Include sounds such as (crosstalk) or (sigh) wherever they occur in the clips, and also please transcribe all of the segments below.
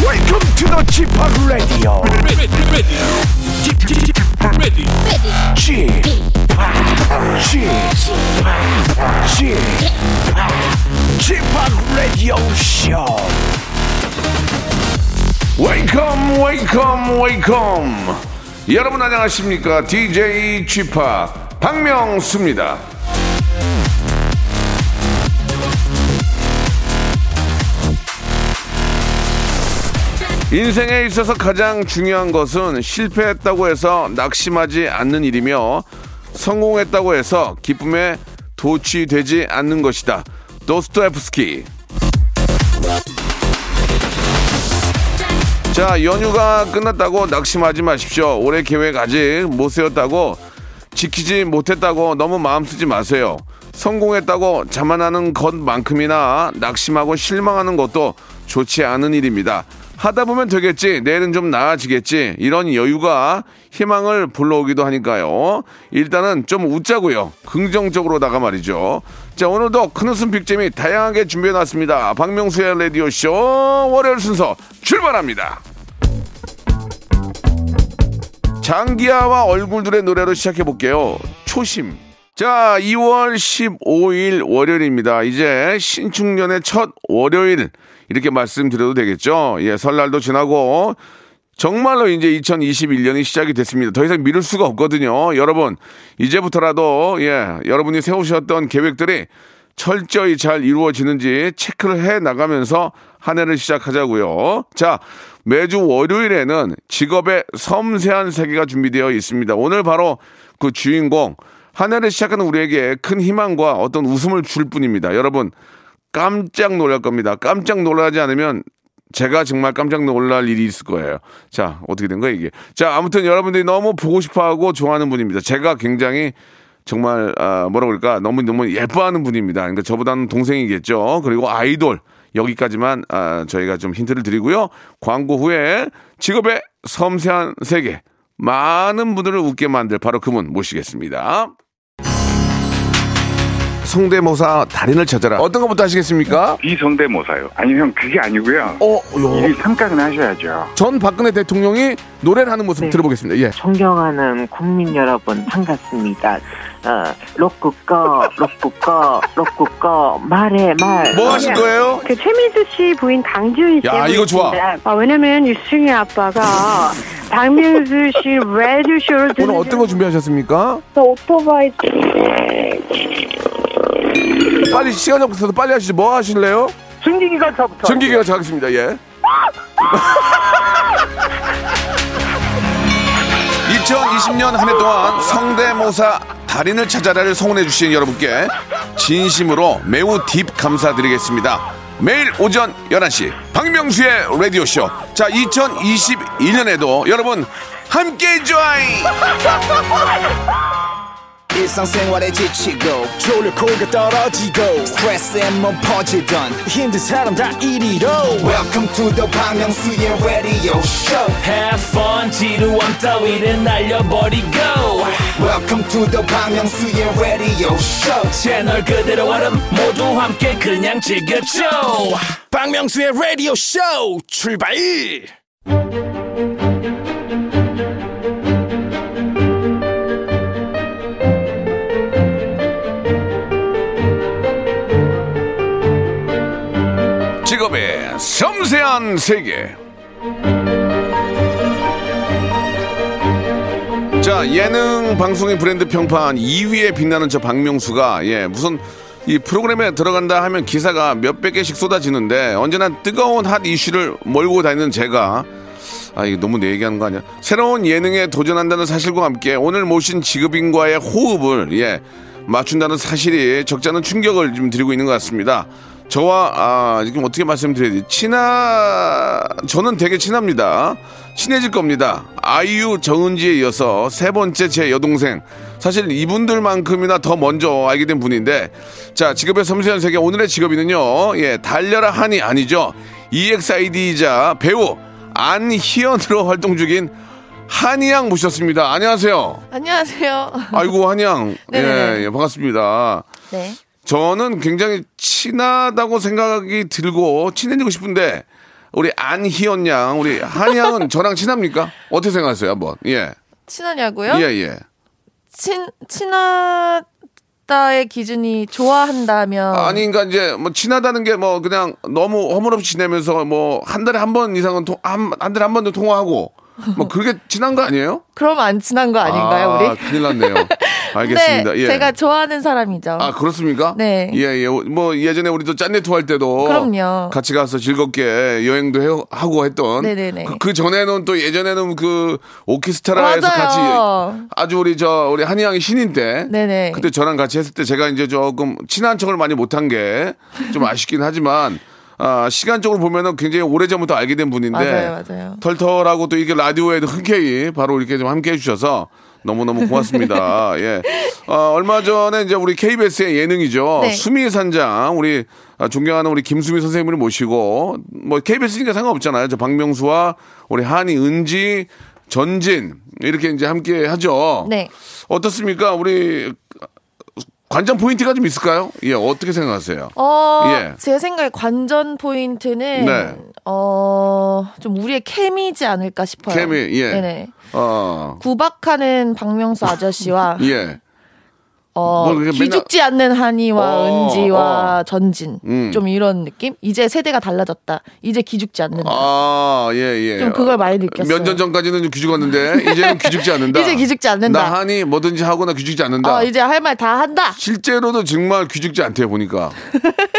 Welcome to the g p o p Radio. ready, ready, ready, g p o p g p o p Radio Show. 웨이컴 웨이컴 웨이컴 여러분 안녕하십니까 DJ g p o 박명수입니다 인생에 있어서 가장 중요한 것은 실패했다고 해서 낙심하지 않는 일이며 성공했다고 해서 기쁨에 도취되지 않는 것이다 도스토옙스키 자, 연휴가 끝났다고 낙심하지 마십시오. 올해 계획 아직 못 세웠다고 지키지 못했다고 너무 마음 쓰지 마세요. 성공했다고 자만하는 것만큼이나 낙심하고 실망하는 것도 좋지 않은 일입니다. 하다 보면 되겠지. 내일은 좀 나아지겠지. 이런 여유가 희망을 불러오기도 하니까요. 일단은 좀 웃자고요. 긍정적으로다가 말이죠. 자, 오늘도 큰 웃음 빅잼이 다양하게 준비해놨습니다. 박명수의 라디오쇼 월요일 순서 출발합니다. 장기하와 얼굴들의 노래로 시작해 볼게요. 초심. 자, 2월 15일 월요일입니다. 이제 신축년의 첫 월요일 이렇게 말씀드려도 되겠죠. 예, 설날도 지나고 정말로 이제 2021년이 시작이 됐습니다. 더 이상 미룰 수가 없거든요. 여러분, 이제부터라도 예, 여러분이 세우셨던 계획들이 철저히 잘 이루어지는지 체크를 해 나가면서 한 해를 시작하자고요. 자, 매주 월요일에는 직업의 섬세한 세계가 준비되어 있습니다. 오늘 바로 그 주인공 한 해를 시작하는 우리에게 큰 희망과 어떤 웃음을 줄 뿐입니다. 여러분 깜짝 놀랄 겁니다. 깜짝 놀라지 않으면 제가 정말 깜짝 놀랄 일이 있을 거예요. 자, 어떻게 된 거야, 이게. 자, 아무튼 여러분들이 너무 보고 싶어 하고 좋아하는 분입니다. 제가 굉장히 정말, 아, 뭐라 그럴까, 너무 너무 예뻐하는 분입니다. 그러니까 저보다는 동생이겠죠. 그리고 아이돌. 여기까지만 아, 저희가 좀 힌트를 드리고요. 광고 후에 직업의 섬세한 세계. 많은 분들을 웃게 만들 바로 그분 모시겠습니다. 성대모사 달인을 찾아라. 어떤 것부터 하시겠습니까? 비성대모사요. 아니 형 그게 아니고요. 어, 요. 일일 평가는 하셔야죠. 전 박근혜 대통령이 노래를 하는 모습 네. 들어보겠습니다. 예. 존경하는 국민 여러분 반갑습니다. 어, 로꾸꺼 로꾸꺼 로꾸꺼 말해 말. 뭐 하실 거예요? 그 최민수 씨 부인 강지훈 씨. 야, 이거 좋아. 아, 왜냐면 유승희 아빠가 박민수 씨 (laughs) 레드쇼를 오늘 어떤 거 준비하셨습니까? 오토바이 빨리 시간이 없어서 빨리 하시죠. 뭐 하실래요? 전기기관차부터. 전기기관차 하겠습니다. (laughs) 예. 2020년 한 해 동안 성대모사 달인을 찾아라를 성원해 주신 여러분께 진심으로 매우 딥 감사드리겠습니다. 매일 오전 11시 박명수의 라디오쇼. 자, 2021년에도 여러분 함께 join! 일상생활에 지치고, 졸려 코가 떨어지고, 스트레스에 몸 퍼지던, 힘든 사람 다 이리로. welcome to the Bang Myung-soo's radio show Have fun 지루함 따위를 날려버리고 welcome to the Bang Myung-soo's radio show 채널 그대로 얼음 모두 함께 그냥 즐겨줘 박명수의 라디오 쇼 출발 직업의 섬세한 세계. 자, 예능 방송의 브랜드 평판 2위에 빛나는 저 박명수가 예, 무슨 이 프로그램에 들어간다 하면 기사가 몇백 개씩 쏟아지는데 언제나 뜨거운 핫 이슈를 몰고 다니는 제가 아, 이게 너무 내 얘기하는 거 아니야? 새로운 예능에 도전한다는 사실과 함께 오늘 모신 직업인과의 호흡을 예, 맞춘다는 사실이 적지 않은 충격을 좀 드리고 있는 것 같습니다. 저와 아, 지금 어떻게 말씀드려야 되지? 친하 저는 되게 친합니다. 친해질 겁니다. 아이유 정은지에 이어서 세 번째 제 여동생. 사실 이분들만큼이나 더 먼저 알게 된 분인데 자 직업의 섬세한 세계 오늘의 직업인은요 예 달려라 한이 아니죠 E EXID이자 배우 안희연으로 활동 중인 한이양 모셨습니다. 안녕하세요. 안녕하세요. 아이고 한이양. 예, 네네네. 예, 반갑습니다. 네. 저는 굉장히 친하다고 생각이 들고 친해지고 싶은데 우리 안희연 양, 우리 (laughs) 한양은 저랑 친합니까? 어떻게 생각하세요, 한번? 예. 친하냐고요? 예, 예. 친 친하다의 기준이 좋아한다면 아니, 그러니까 이제 뭐 친하다는 게 뭐 그냥 너무 허물없이 지내면서 뭐 한 달에 한 번 이상은 통, 한, 한 달에 한 번도 통화하고 뭐 그게 친한 거 아니에요? 그럼 안 친한 거 (laughs) 아닌가요, 아, 우리? 큰일 (laughs) 났네요. 알겠습니다. 네, 예. 제가 좋아하는 사람이죠. 아 그렇습니까? 네. 예, 예. 뭐 예전에 우리도 짠내투 할 때도 그럼요. 같이 가서 즐겁게 여행도 해- 하고 했던. 네네네. 그, 그 전에는 또 예전에는 그 오케스트라에서 맞아요. 같이 아주 우리 저 우리 한희양이 신인 때. 네네. 그때 저랑 같이 했을 때 제가 이제 조금 친한 척을 많이 못한 게 좀 아쉽긴 하지만. 아, 시간적으로 보면은 굉장히 오래전부터 알게 된 분인데 맞아요, 맞아요. 털털하고 또 이게 라디오에도 흔쾌히 바로 이렇게 좀 함께 해주셔서 너무너무 (laughs) 고맙습니다. 예. 어, 얼마 전에 이제 우리 KBS의 예능이죠. 네. 수미 산장, 우리 아, 존경하는 우리 김수미 선생님을 모시고 뭐 KBS니까 상관없잖아요. 저 박명수와 우리 한이, 은지, 전진 이렇게 이제 함께 하죠. 네. 어떻습니까? 우리 관전 포인트가 좀 있을까요? 예, 어떻게 생각하세요? 어, 예. 제 생각에 관전 포인트는 네. 어, 좀 우리의 케미지 않을까 싶어요. 케미, 예. 네네. 어, 구박하는 (laughs) 박명수 아저씨와 예. 어, 뭘 그렇게 맨날- 기죽지 않는 한이와 어, 은지와 전진 음. 좀 이런 느낌? 이제 세대가 달라졌다. 이제 기죽지 않는다. 아, 예, 예. 좀 그걸 많이 느꼈어요. 몇 년 전까지는 좀 귀죽었는데, 이제는 귀죽지 않는다. (laughs) 이제 귀죽지 않는다. 나 하니 뭐든지 하거나 귀죽지 않는다. 어, 이제 할 말 다 한다. 실제로도 정말 귀죽지 않대요, 보니까.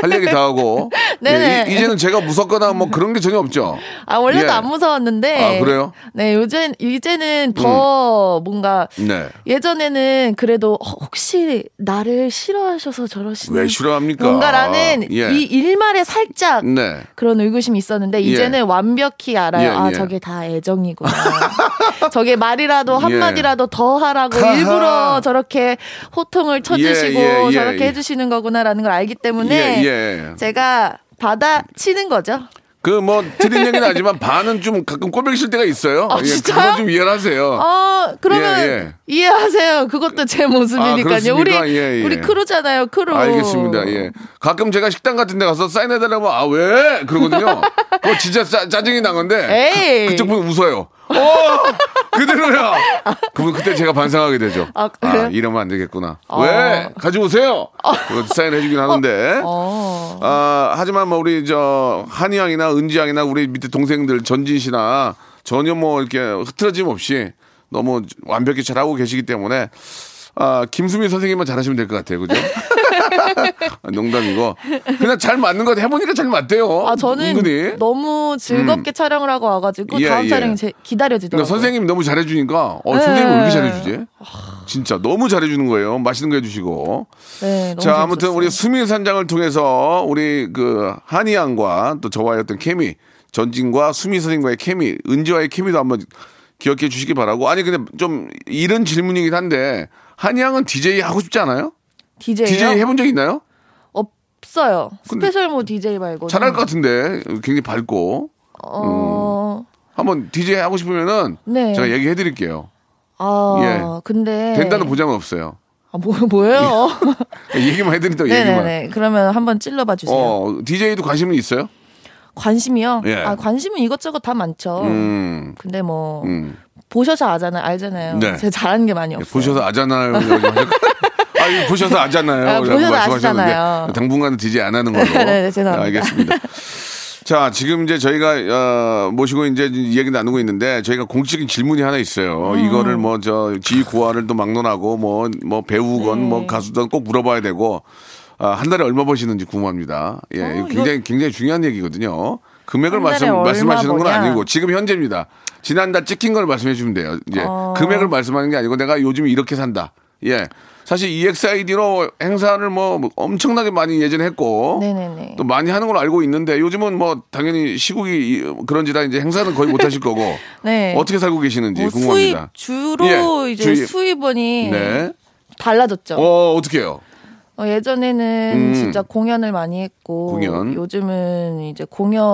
할 얘기 다 하고. (laughs) 네네. 예, 이, 제는 제가 무섭거나 뭐 그런 게 전혀 없죠. 아 원래도 예. 안 무서웠는데. 아, 그래요? 네 요즘 이제는 더 뭔가 네. 예전에는 그래도 허- 혹시 나를 싫어하셔서 저러시는 왜 싫어합니까? 뭔가라는 예. 이 일말에 살짝 네. 그런 의구심이 있었는데 이제는 완벽히 알아요. 예, 아 예. 저게 다 애정이구나. (laughs) 저게 말이라도 한 예. 마디라도 더 하라고 하하. 일부러 저렇게 호통을 쳐주시고 예, 예, 예, 저렇게 예. 해주시는 거구나라는 걸 알기 때문에 예, 예. 제가 받아치는 거죠. 그 뭐 드린 얘기는 아니지만 반은 좀 가끔 꼬맹이 실 때가 있어요. 아, 예, 진짜요? 그건 좀 이해를 하세요. 어, 그러면 예, 예. 이해하세요. 그것도 제 모습이니까요. 그렇습니까? 우리 예, 예. 우리 크루잖아요. 크루. 알겠습니다. 예. 가끔 제가 식당 같은 데 가서 사인해달라고 하면, 아, 왜? 그러거든요. 그거 진짜 짜, 짜증이 나는데. 에이. 그, 쪽 분은 웃어요. 어! 그대로야! 그러면 그때 제가 반성하게 되죠. 아, 그래요? 이러면 안 되겠구나. 어. 왜? 가져오세요! 그거 사인해주긴 하는데. 어. 아, 하지만 뭐 우리 저 한이양이나 은지양이나 우리 밑에 동생들 전진 씨나 전혀 뭐 이렇게 흐트러짐 없이 너무 완벽히 잘하고 계시기 때문에 아, 김수미 선생님만 잘하시면 될 것 같아요. 그죠? 아, 농담이고. 그냥 잘 맞는 것 같아요. 해보니까 잘 맞대요. 아 저는 은근히. 음. 너무 즐겁게 촬영을 하고 와가지고 예, 다음 예. 촬영이 제- 기다려지더라고요. 그러니까 선생님 너무 잘해주니까, 어, 네. 선생님 왜 이렇게 잘해주지? 진짜 너무 잘해주는 거예요. 맛있는 거 해주시고. 네, 너무 자, 아무튼 재밌었어요. 우리 수민 산장을 통해서 우리 그 한이양과 또 저와의 어떤 케미, 전진과 수민 선생과의 케미, 은지와의 케미도 한번 기억해 주시기 바라고. 아니, 근데 좀 이런 질문이긴 한데, 한이양은 DJ 하고 싶지 않아요? DJ요? DJ 해본 적 있나요? 없어요. 근데- 스페셜 모 DJ 말고. 잘할 것 같은데, 굉장히 밝고. 어. 한번 DJ 하고 싶으면은 네. 제가 얘기해 드릴게요. 아, 예. 근데 된다는 보장은 없어요. 아, 뭐 뭐예요? 예. 얘기만 해드린다고 (laughs) 네, 네, 얘기만. 네. 그러면 한번 찔러봐 주세요. 어, DJ도 관심은 있어요? 관심이요? 예. 아, 관심은 이것저것 다 많죠. 음, 근데 뭐 음. 보셔서 아잖아요. 알잖아요. 네. 제가 잘하는 게 많이 없어요. 보셔서 (laughs) 아잖아요. 아, 이거 보셔서 아잖아요. 아, 보셔서 라고 아시잖아요. 당분간은 DJ 안 하는 걸로. (laughs) 아, 네, 네, 죄송합니다. 알겠습니다. 자, 지금 이제 저희가, 어, 모시고 이제 이야기 나누고 있는데 저희가 공식적인 질문이 하나 있어요. 음. 이거를 뭐, 저, 지휘 고하를 또 막론하고 뭐, 뭐, 배우건 네. 뭐, 가수든 꼭 물어봐야 되고, 아, 한 달에 얼마 버시는지 궁금합니다. 예, 이거 굉장히, 굉장히 중요한 얘기거든요. 금액을 어, 한 달에 말씀, 얼마 말씀하시는 건 버냐? 아니고, 지금 현재입니다. 지난달 찍힌 걸 말씀해 주면 돼요. 예. 어. 금액을 말씀하는 게 아니고 내가 요즘 이렇게 산다. 예. 사실 EXID로 행사를 뭐 엄청나게 많이 예전에 했고 네네네. 또 많이 하는 걸 알고 있는데 요즘은 뭐 당연히 시국이 이- 그런지라 이제 행사는 거의 못 하실 거고 (laughs) 네. 어떻게 살고 계시는지 뭐 수입 궁금합니다. 주로 예, 이제 주입. 수입원이 네. 달라졌죠. 어, 어떻게 해요? 어, 예전에는 음. 진짜 공연을 많이 했고 공연. 요즘은 이제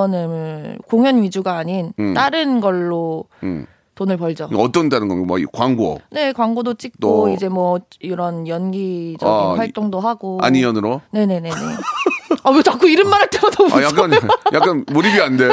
공연을 공연 위주가 아닌 음. 다른 걸로 음. 돈을 벌죠. 어떤다는 건가? 뭐이 광고 네, 광고도 찍고 또- 이제 뭐 이런 연기적인 아, 활동도 하고 아니연으로 네네네네. 아 왜 자꾸 이름 말할 때마다 웃어? 아, (laughs) 약간, 약간 몰입이 안 돼.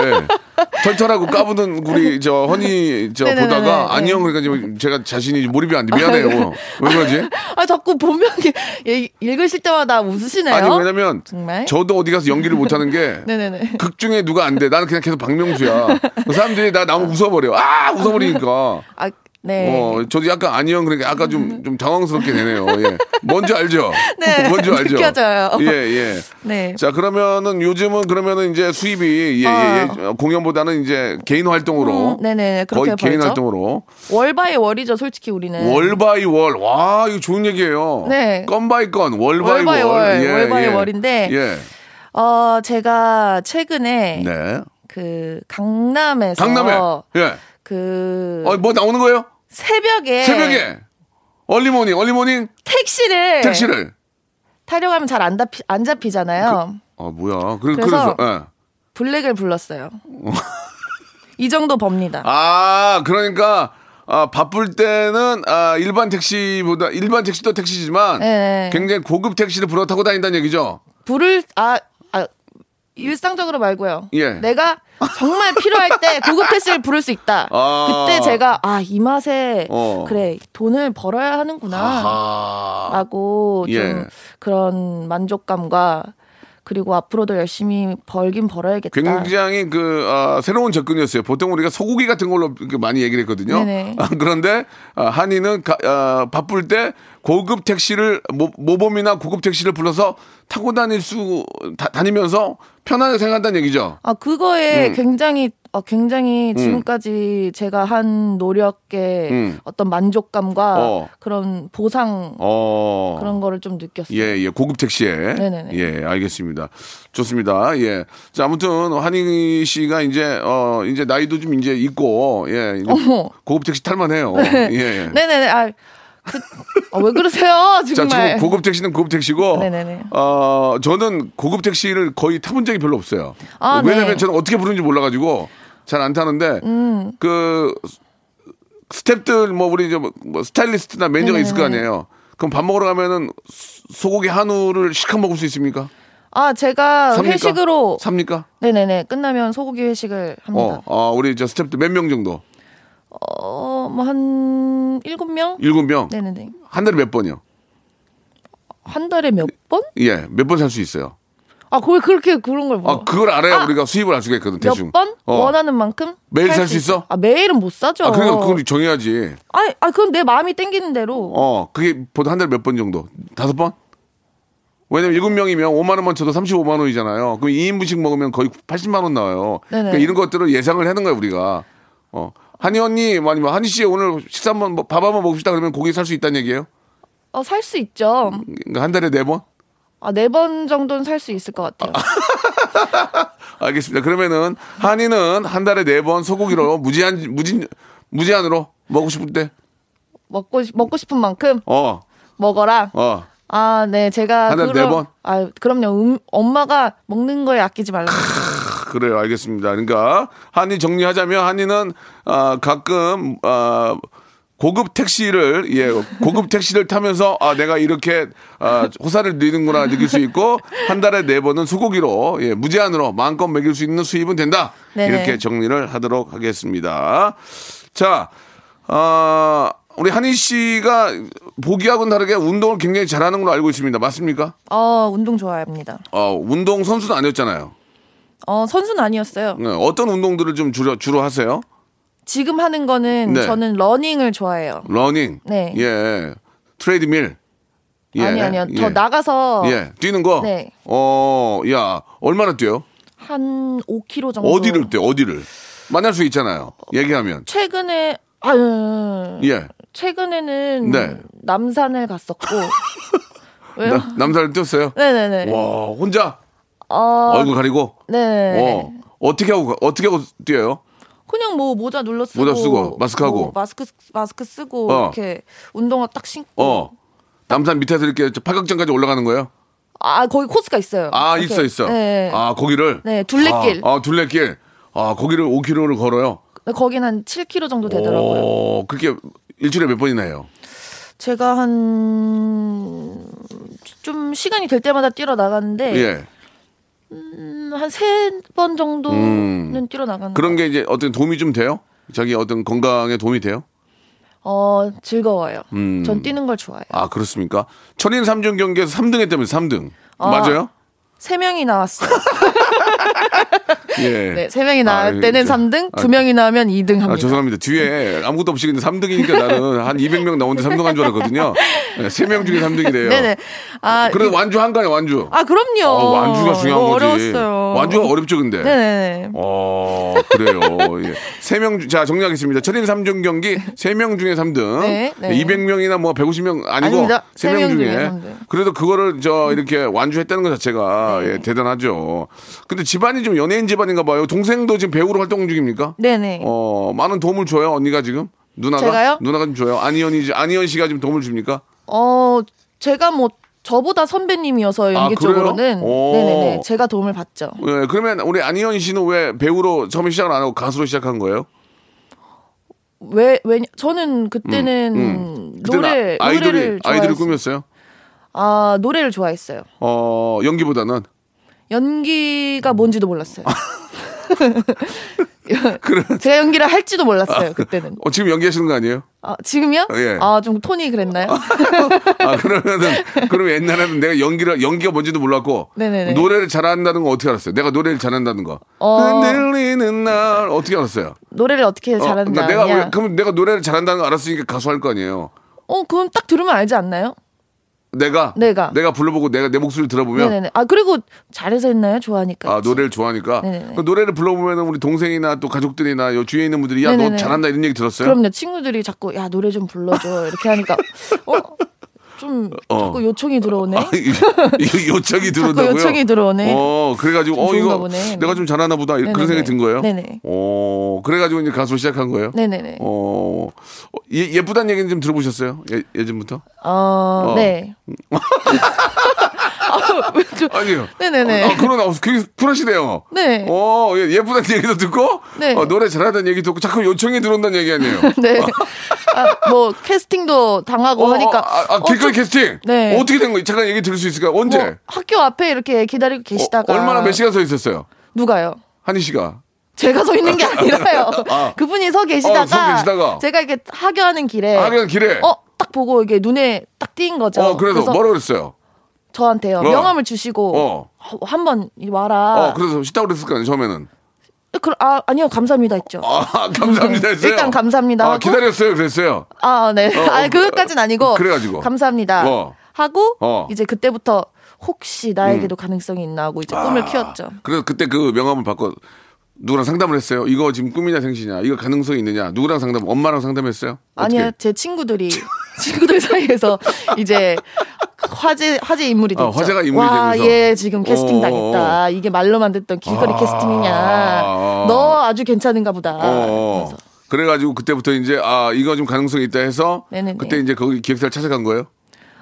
털털하고 까부는 우리, 저, 허니, 저, 네네네네. 아, 보다가, 아니요. 네. 그러니까 지금 제가 자신이 몰입이 안 돼. 미안해요. 왜 그러지? 아 자꾸 보면 이게 얘- 읽으실 때마다 웃으시네요. 아니, 왜냐면, 정말? 저도 어디 가서 연기를 못 하는 게, (laughs) 네네네. 극 중에 누가 안 돼. 나는 그냥 계속 박명수야. 그 사람들이 나 나무 웃어버려. 아! 웃어버리니까. 아 네. 음. 어, 저도 약간 아니형 그러니까 아까 좀, 좀 당황스럽게 되네요. 예. 뭔지 알죠? (laughs) (laughs) 네, 뭔지 알죠? 느껴져요. 예, 예. 네. 자, 그러면은 요즘은 그러면은 이제 수입이 예, 예, 예. 공연보다는 이제 개인 활동으로 아. 음, 네네 그렇게 거의 개인 벌죠. 활동으로 월 바이 월이죠 솔직히 우리는. 월 바이 월. 와, 이거 좋은 얘기예요. 네. 건 바이 건, 월 바이 월 바이 월. 월, 월 바이 월인데. 네. 예. 어 제가 최근에 네. 그 강남에서 강남에. 예. 그 네. 어, 뭐 나오는 거예요? 새벽에 새벽에. 얼리모닝, 얼리모닝 택시를 택시를. 타려가면 잘 안 잡히, 안 잡히잖아요. 아, 뭐야. 그래, 그래서, 그래서- 예. 블랙을 (laughs) 불렀어요. 이 정도 법니다. 아, 그러니까 아, 바쁠 때는 아, 일반 택시보다 일반 택시도 택시지만 네. 굉장히 고급 택시를 불어 타고 다닌다는 얘기죠. 불을 아, 아 일상적으로 말고요. 예. 내가 정말 필요할 때 고급 택시를 부를 수 있다. 아. 그때 제가 아 이 맛에 어. 그래 돈을 벌어야 하는구나 아. 라고 좀 예. 그런 만족감과 그리고 앞으로도 열심히 벌긴 벌어야겠다. 굉장히 그 아, 새로운 접근이었어요. 보통 우리가 소고기 같은 걸로 이렇게 많이 얘기를 했거든요. 네네. 아, 그런데 아, 한이는 가- 아, 바쁠 때 고급 택시를 모, 모범이나 고급 택시를 불러서 타고 다닐 수 다, 다니면서 편하게 생각한다는 얘기죠. 아 그거에 음. 굉장히 어, 굉장히 지금까지 제가 한 노력의 음. 어떤 만족감과 어. 그런 보상 어. 그런 거를 좀 느꼈어요. (laughs) 예, 예, 고급 택시에. 네네네. 예, 알겠습니다. 좋습니다. 예. 자, 아무튼, 환희 씨가 이제, 어, 이제 나이도 좀 이제 있고, 예. 이제 어머. 고급 택시 (laughs) 탈만해요. 예, 예. 네네네. 아, 그, 어, 왜 (laughs) 그러세요? 자, (laughs) 정말. 지금 고급 택시는 고급 택시고, 네네네. 어, 저는 고급 택시를 거의 타본 적이 별로 없어요. 아, 왜냐면 네. 저는 어떻게 부르는지 몰라가지고, 잘 안 타는데, 음. 그, 스탭들, 뭐, 우리 이제 뭐 스타일리스트나 매니저가 있을 거 아니에요. 그럼 밥 먹으러 가면은 소- 소고기 한우를 시켜 먹을 수 있습니까? 아, 제가 삽니까? 회식으로 삽니까? 네네네. 끝나면 소고기 회식을 합니다. 어, 아, 우리 저 스탭들 몇 명 정도? 어, 뭐 한 일곱 명? 일곱 명. 네네네. 한 달에 몇 번이요? 한 달에 몇 번? 예, 몇 번 살 수 있어요. 아, 그걸 그렇게 그런 걸 아, 뭐. 그걸 알아야 아, 우리가 수입을 알 수가 있거든, 몇 대충. 번? 어. 원하는 만큼? 매일 살 살수 있어? 아, 매일은 못 사죠. 아, 그러니까 그걸 정해야지. 아니, 아, 그건 내 마음이 땡기는 대로. 어, 그게 보통 한 달에 몇 번 정도? 다섯 번? 왜냐면 일곱 명이면 5만 원만 쳐도 35만 원이잖아요. 그럼 2인분씩 먹으면 거의 80만 원 나와요. 네네. 그러니까 이런 것들을 예상을 하는 거야, 우리가. 어. 한이 언니, 뭐 아니면 한이 씨 오늘 식사 한번 뭐, 밥 한번 먹읍시다 그러면 고기 살 수 있다는 얘기예요? 어, 살 수 있죠. 그러니까 한 달에 네 번? 아, 네 번 정도는 살 수 있을 것 같아요. 알겠습니다. 그러면은 한이는 한 달에 네 번 소고기로 무제한 무진 무제한으로 먹고 싶을 때. 먹고, 싶- 먹고 싶은 만큼 어. 먹어라. 어. 아, 네, 제가 하나, 네 그럼- 번? 아, 그럼요. 음, 엄마가 먹는 거에 아끼지 말라. 그래요. 알겠습니다. 그러니까 한이 정리하자면 한이는 아, 가끔 아, 고급 택시를 예 고급 택시를 타면서 아 내가 이렇게 아, 호사를 누리는구나 느낄 수 있고 한 달에 네 번은 소고기로 예 무제한으로 마음껏 먹일 수 있는 수입은 된다 네네. 이렇게 정리를 하도록 하겠습니다. 자, 아, 우리 한희 씨가 보기하고는 다르게 운동을 굉장히 잘하는 걸로 알고 있습니다. 맞습니까? 어, 운동 좋아합니다. 어, 운동 선수는 아니었잖아요. 어, 선수는 아니었어요. 네, 어떤 운동들을 좀 주로, 주로 하세요? 지금 하는 거는 네. 저는 러닝을 좋아해요. 러닝. 네. 예. 트레이드밀. 아니, 아니요. 더 예. 나가서 예. 뛰는 거? 네. 어, 야. 얼마나 뛰어요? 한 5km 정도. 어디를 뛰어? 어디를? 만날 수 있잖아요. 얘기하면. 최근에, 아유. 예. 최근에는 네. 남산을 갔었고. (laughs) 왜요? 나- 남산을 뛰었어요? 네네네. 와, 혼자 어, 얼굴 가리고? 네네네. 어. 어떻게 하고, 가- 어떻게 하고 뛰어요? 그냥 뭐 모자 눌러 쓰고 모자 쓰고, 마스크하고. 뭐 마스크 마스크 쓰고 어. 이렇게 운동화 딱 신고 어. 남산 밑에서 이렇게 저 팔각정까지 올라가는 거예요? 아 거기 코스가 있어요. 아, 이렇게. 있어, 있어. 네. 아, 거기를? 네, 둘레길. 아, 아, 둘레길. 아, 거기를 5km를 걸어요? 거긴 한 7km 정도 되더라고요. 오, 그렇게 일주일에 몇 번이나 해요? 제가 한 좀 시간이 될 때마다 뛰러 나가는데 예. 한 세 번 정도는 뛰어나가는 음. 그런 게 이제 어떤 도움이 좀 돼요? 자기 어떤 건강에 도움이 돼요? 어 즐거워요. 음. 전 뛰는 걸 좋아해요. 아 그렇습니까? 천인 삼종 경기에서 3등 했다면서 3등 아. 맞아요? 세 명이 나왔어요. 예. 네, 세 명이 나올 아, 때는 저- 삼 3등, 아, 두 명이 나오면 2등 합니다. 아, 죄송합니다. 뒤에 아무것도 없이 근데 3등이니까 나는 한 200명 나오는데 3등 한 줄 알았거든요. 네, 3명 중에 3등이래요. 네네. 아, 어, 그래 이- 완주한가요, 완주? 아 그럼요. 어, 완주가 중요한 뭐 거지. 어려웠어요. 완주가 어렵죠, 근데. 네네네. 어, 그래요. 예. 3명, 자, 정리하겠습니다. 철인 3종 경기 3명 중에 3등. 네, 네. 200명이나 뭐 150명 아니고 아닙니다. 세 3명, 세명 중에. 중에 삼등. 그래도 그거를 저 이렇게 완주했다는 것 자체가 네. 예, 대단하죠. 근데 집안이 좀 연예인 집안인가 봐요. 동생도 지금 배우로 활동 중입니까? 네네. 어, 많은 도움을 줘요, 언니가 지금? 누나가? 제가요? 누나가 좀 줘요. 안희연이, 안희연 씨가 지금 도움을 줍니까? 어 제가 뭐 저보다 선배님이어서 아, 연기 그래요? 쪽으로는 오. 네네네 제가 도움을 받죠. 예, 그러면 우리 안희연 씨는 왜 배우로 처음에 시작을 안 하고 가수로 시작한 거예요? 왜 왜 저는 그때는 음, 그때는 노래 아, 이돌이 노래를 아이돌을 좋아했어요. 꾸몄어요. 아 노래를 좋아했어요. 어, 연기보다는 연기가 (laughs) 뭔지도 몰랐어요. 제가 연기를 할지도 몰랐어요 그때는. 어, 지금 연기하시는 거 아니에요? 아, 지금요? 예. 아 좀 톤이 그랬나요? 아, 그러면은 그럼 옛날에는 내가 연기를 연기가 뭔지도 몰랐고 네네네. 노래를 잘한다는 거 어떻게 알았어요? 내가 노래를 잘한다는 거. 어. 흔들리는 날 어떻게 알았어요? 노래를 어떻게 어, 잘하는지 그러니까 내가 아냐? 왜- 그럼 내가 노래를 잘한다는 거 알았으니까 가수 할 거 아니에요. 어 그럼 딱 들으면 알지 않나요? 내가 내가. 불러보고 내가 내 목소리를 들어보면 네네네. 아 그리고 잘해서 했나요? 좋아하니까. 아 노래를 좋아하니까 네네네. 그 노래를 불러보면 우리 동생이나 또 가족들이나 요 주위에 있는 분들이 야 너 네네네. 잘한다 이런 얘기 들었어요? 그럼요. 친구들이 자꾸 야 노래 좀 불러줘 이렇게 하니까 어, 어좀 어. 자꾸 요청이 들어오네. 그 아, 이거 이거 요청이 들어온다고요? 요청이 들어오네. 어, 그래가지고 어 좀 좋은가 이거 보네. 내가 좀 잘하나 보다 이런- 그런 생각이 네네네. 든 거예요. 네네. 어, 그래가지고 이제 가수 시작한 거예요. 네네네. 어, 어, 어, 예, 예쁘다는 얘기는 좀 들어보셨어요? 예, 예전부터? 어. 네. 아, 왜 저- 아니요. 네네네. 어, 아, 그런 어, 굉장히 쿨하시네요. 네. 어, 예, 예쁘다는 얘기도 듣고, 네. 어, 노래 잘하다는 얘기 듣고, 자꾸 요청이 들어온다는 얘기 아니에요. (laughs) 네. 아, 뭐 캐스팅도 당하고 어, 하니까. 어, 아, 아, 어, 길거리 좀- 캐스팅. 네. 어떻게 된 거예요? 잠깐 얘기 들을 수 있을까요? 언제? 뭐 학교 앞에 이렇게 기다리고 계시다가 어, 얼마나 몇 시간 서 있었어요? 누가요? 한희 씨가. 제가 서 있는 게 아니라요. 아. 그분이 서 계시다가, 어, 서 계시다가. 아, 제가 이렇게 하교하는 길에 하교하는 길에. 어 딱 보고 이게 눈에 딱 띈 거죠. 어, 그래서 뭐라 그랬어요? 저한테요 어. 명함을 주시고 어. 한번 와라. 어, 그래서 싫다고 그랬을 거 아니에요, 처음에는. 그, 아, 아니요, 감사합니다 했죠. 아, 감사합니다 했어요. 어. 음. 일단 감사합니다 아, 하고. 기다렸어요, 그랬어요. 아, 네. 어, 아, 어, 그것까진 아니고. 그래가지고. 감사합니다. 어. 하고, 어. 음. 이제 그때부터 혹시 나에게도 가능성이 있나 하고 이제 아. 꿈을 키웠죠. 그래서 그때 그 명함을 받고 누구랑 상담을 했어요? 이거 지금 꿈이냐 생시냐? 이거 가능성이 있느냐? 누구랑 상담? 엄마랑 상담했어요? 어떻게? 아니요, 제 친구들이, (laughs) 친구들 사이에서 이제 화제, 화제 인물이 됐죠. 아, 화제가 인물이 와, 되면서. 얘 지금 캐스팅 어, 당했다. 이게 말로만 듣던 길거리 아. 캐스팅이냐. 너 아주 괜찮은가 보다. 어. 그래서 그래가지고 그때부터 이제 아 이거 좀 가능성이 있다 해서 네네네. 그때 이제 거기 기획사를 찾아간 거예요.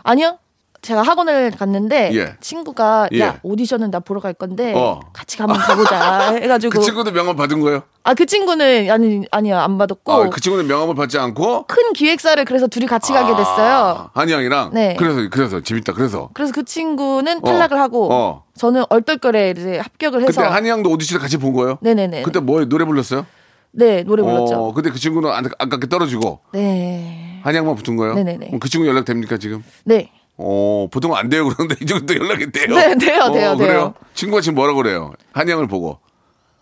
아니요. 제가 학원을 갔는데 예. 친구가 예. 야 오디션은 나 보러 갈 건데 어. 같이 한번 가보자 해가지고 (laughs) 그 친구도 명함 받은 거예요. 아 그 친구는 아니 아니요 안 받았고 아, 그 친구는 명함을 받지 않고 큰 기획사를 그래서 둘이 같이 가게 됐어요. 아, 한양이랑. 네. 그래서 그래서 재밌다. 그래서 그래서 그 친구는 탈락을 하고 어. 저는 얼떨결에 이제 합격을 그때 해서 한양도 오디션을 같이 본 거예요. 네네네 그때 뭐 노래 불렀어요? 네 노래 어, 불렀죠. 근데 그 친구는 안, 아깝게 떨어지고 네네 한양만 붙은 거예요. 네네네. 그럼 그 친구 연락 됩니까 지금? 네. 어, 보통 안 돼요. 그런데 이 정도 연락이 돼요. 네, 돼요, 어, 돼요, 돼요. 그래요? 친구가 지금 뭐라 그래요? 한양을 보고.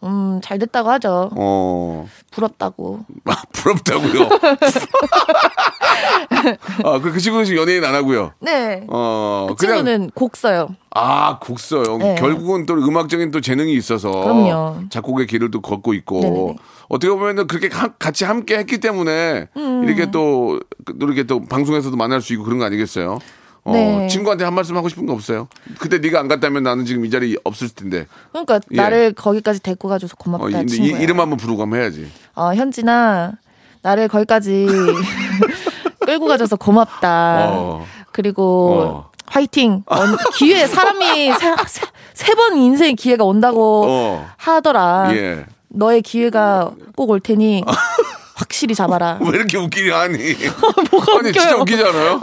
음잘 됐다고 하죠. 어, (laughs) 부럽다고. 아, (laughs) 부럽다고요. 아, 그, 그 친구는 지금 연예인 안 하고요. 네. 어, 그 친구는 곡 써요. 아, 곡서요. 네. 결국은 또 음악적인 또 재능이 있어서 그럼요. 작곡의 길을 또 걷고 있고 네네네. 어떻게 보면은 그렇게 함- 같이 함께 했기 때문에 음. 이렇게 또, 그, 또 이렇게 또 방송에서도 만날 수 있고 그런 거 아니겠어요? 어, 네. 친구한테 한 말씀 하고 싶은 거 없어요? 그때 네가 안 갔다면 나는 지금 이 자리 없을 텐데. 그러니까 예. 나를 거기까지 데리고 가줘서 고맙다 어, 이, 이- 친구야. 이름 한번 부르고 한번 해야지. 어, 현진아, (laughs) 나를 거기까지 끌고 가줘서 고맙다. 어. 그리고 어. 화이팅. 언- 기회, 사람이 세 번 인생 기회가 온다고 어. 하더라. 예. (laughs) 너의 기회가 꼭 올 테니 확실히 잡아라. 왜 이렇게 웃기냐 아니 (laughs) 뭐가 아니 진짜 웃겨요? 웃기지 않아요?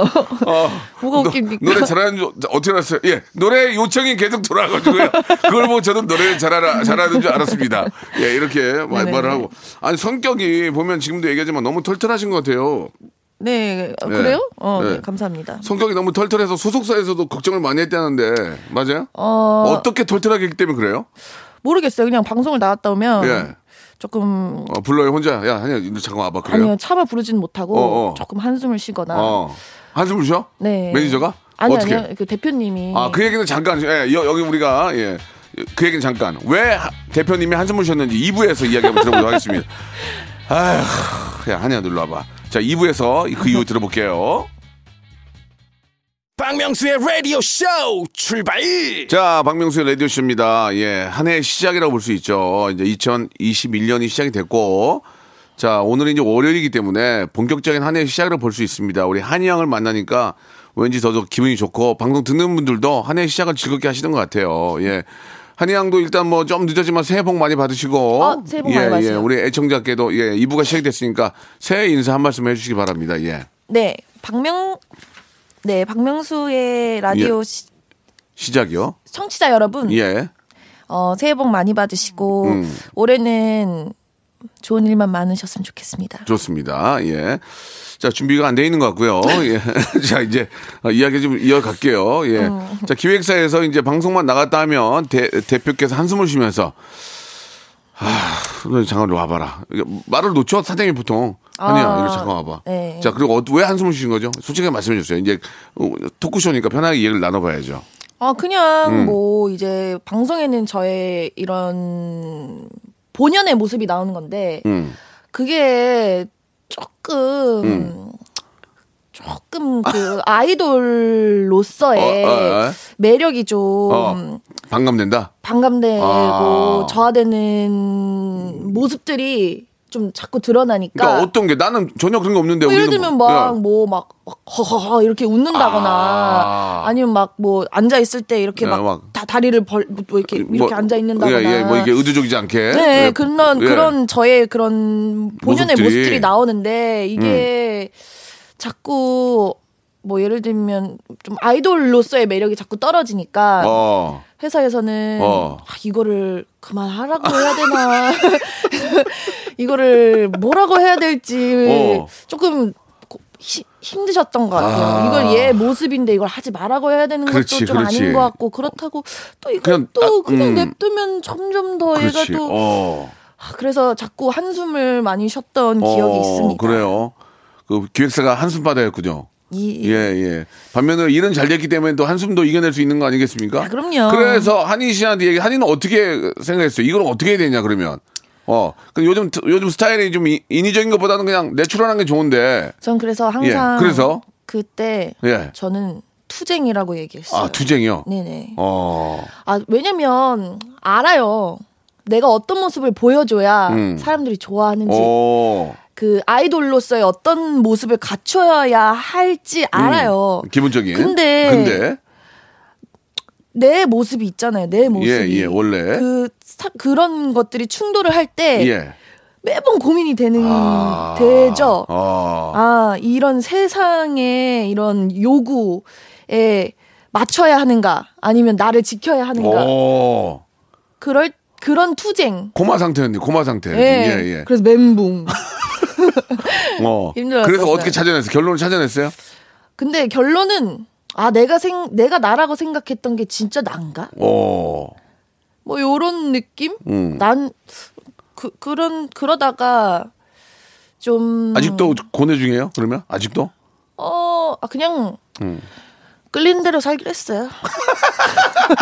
어, 뭐가 웃깁니까? 노래 잘하는 줄 어떻게 알았어요? 예 노래 요청이 계속 돌아가지고요 그걸 보고 저도 노래를 잘하라, 잘하는 줄 알았습니다 예 이렇게 말, 네네. 말을 하고 아니 성격이 보면 지금도 얘기하지만 너무 털털하신 것 같아요 네, 어, 네. 그래요? 어, 네. 네, 감사합니다. 성격이 너무 털털해서 소속사에서도 걱정을 많이 했다는데 맞아요? 어, 어... 떻게 털털하게 했기 때문에 그래요? 모르겠어요. 그냥 방송을 나갔다 오면 예. 조금 어, 불러요 혼자 야 아니야 너 잠깐 와봐 그래요? 아니요 차마 부르진 못하고 어, 어. 조금 한숨을 쉬거나 어 한숨을 쉬어? 네 매니저가? 아니 어떻게? 아니요 그 대표님이 아, 그 얘기는 잠깐, 예, 여, 기 우리가, 예. 그 얘기는 잠깐. 왜 하- 대표님이 한숨을 쉬었는지 2부에서 이야기 한번 들어보도록 하겠습니다. 아휴, 야, 한이야, 놀러 와봐. 자, 2부에서 그 이유 들어볼게요. 박명수의 라디오 쇼 출발 자, 박명수의 라디오쇼입니다. 예, 한 해의 시작이라고 볼 수 있죠. 이제 2021년이 시작이 됐고, 자, 오늘은 이제 월요일이기 때문에 본격적인 한 해의 시작이라고 볼 수 있습니다. 우리 한이 형을 만나니까 왠지 더더 기분이 좋고, 방송 듣는 분들도 한 해의 시작을 즐겁게 하시는 것 같아요. 예. 한이 양도 일단 뭐 좀 늦었지만 새해 복 많이 받으시고, 어, 새해 복 많이 예, 예, 받으세요. 우리 애청자께도 예, 2부가 시작이 됐으니까 새해 인사 한 말씀 해주시기 바랍니다. 예. 네 박명 네 박명수의 라디오 시- 시작이요. 청취자 여러분 예. 어, 새해 복 많이 받으시고 음. 올해는 좋은 일만 많으셨으면 좋겠습니다. 좋습니다. 예. 자, 준비가 안 돼 있는 것 같고요. 네. 예. (laughs) 자, 이제 어, 이야기 좀 이어갈게요. 예. 자, 기획사에서 이제 방송만 나갔다 하면 대, 대표께서 한숨을 쉬면서 아, 잠깐 와봐라. 이게 말을 놓죠, 사장님 보통. 아니야, 아, 이리 잠깐 와봐. 네. 자, 그리고 어, 왜 한숨을 쉬는 거죠? 솔직하게 말씀해 주세요. 이제 어, 토크쇼니까 편하게 얘기를 나눠봐야죠. 아 음. 그냥 뭐 이제 방송에는 저의 이런 본연의 모습이 나오는 건데 음. 그게 조금 음. 조금 그 (laughs) 아이돌로서의 어, 어, 어. 매력이 좀 어, 반감된다? 반감되고 아. 저하되는 모습들이 좀 자꾸 드러나니까 그러니까 어떤 게 나는 전혀 그런 게 없는데 뭐 예를 우리는 들면 뭐- 야. 막 뭐 막 허허허 이렇게 웃는다거나 아. 아. 니면 막 뭐 앉아 있을 때 이렇게 야, 막, 막. 그 다 다리를 벌 뭐 이렇게 이렇게 앉아 있는다거나 예, 예, 뭐 이게 의도적이지 않게. 네, 예, 그런 예. 그런 저의 그런 본연의 모습들이. 음. 모습들이, 나오는데 이게 자꾸 뭐 예를 들면 좀 아이돌로서의 매력이 자꾸 떨어지니까 어. 회사에서는 어. 아, 이거를 그만하라고 해야 되나 (laughs) 이거를 뭐라고 해야 될지 어. 조금 고- 히- 힘드셨던 것 같아요. 아. 이걸 얘 모습인데 이걸 하지 말라고 해야 되는 그렇지, 것도 좀 그렇지. 아닌 것 같고 그렇다고 또 이걸 그냥 또 아, 그냥 음. 냅두면 점점 더 얘가 그렇지. 또 어. 아, 그래서 자꾸 한숨을 많이 쉬었던 기억이 어, 있습니다. 그래요. 그 기획사가 한숨 바다였군요. 이- 예, 예. 반면에 일은 잘 됐기 때문에 또 한숨도 이겨낼 수 있는 거 아니겠습니까? 아, 그럼요. 그래서 한희 씨한테 얘기, 한희는 어떻게 생각했어요? 이걸 어떻게 해야 되냐, 그러면. 어. 근데 요즘, 요즘 스타일이 좀 인- 인위적인 것보다는 그냥 내추럴한 게 좋은데. 전 그래서 항상 예, 그래서? 그때 예. 저는 투쟁이라고 얘기했어요. 아, 투쟁이요? 네. 네네. 어. 아, 왜냐면 알아요. 내가 어떤 모습을 보여줘야 음. 사람들이 좋아하는지 어. 그 아이돌로서의 어떤 모습을 갖춰야 할지 음. 알아요. 기본적인. 근데- 근데. 내 모습이 있잖아요. 내 모습이. 예, 예, 원래. 그 사- 그런 것들이 충돌을 할 때 예. 매번 고민이 되는 아. 음, 되죠. 아. 아, 이런 세상의 이런 요구에 맞춰야 하는가 아니면 나를 지켜야 하는가 어. 오. 그럴 그런 투쟁. 고마 상태였네, 고마 상태. 예. 예, 예. 그래서 멘붕. 어. 힘들었었어요. 그래서 어떻게 찾아냈어요? 결론을 찾아냈어요? 근데 결론은 아 내가 생 내가 나라고 생각했던 게 진짜 난가? 오. 뭐 요런 느낌? 어. 음. 난 그, 그런 그러다가 좀 아직도 고뇌 중이에요? 그러면? 아직도? 어, 아 그냥 음. 끌린 대로 살기로 했어요. (laughs)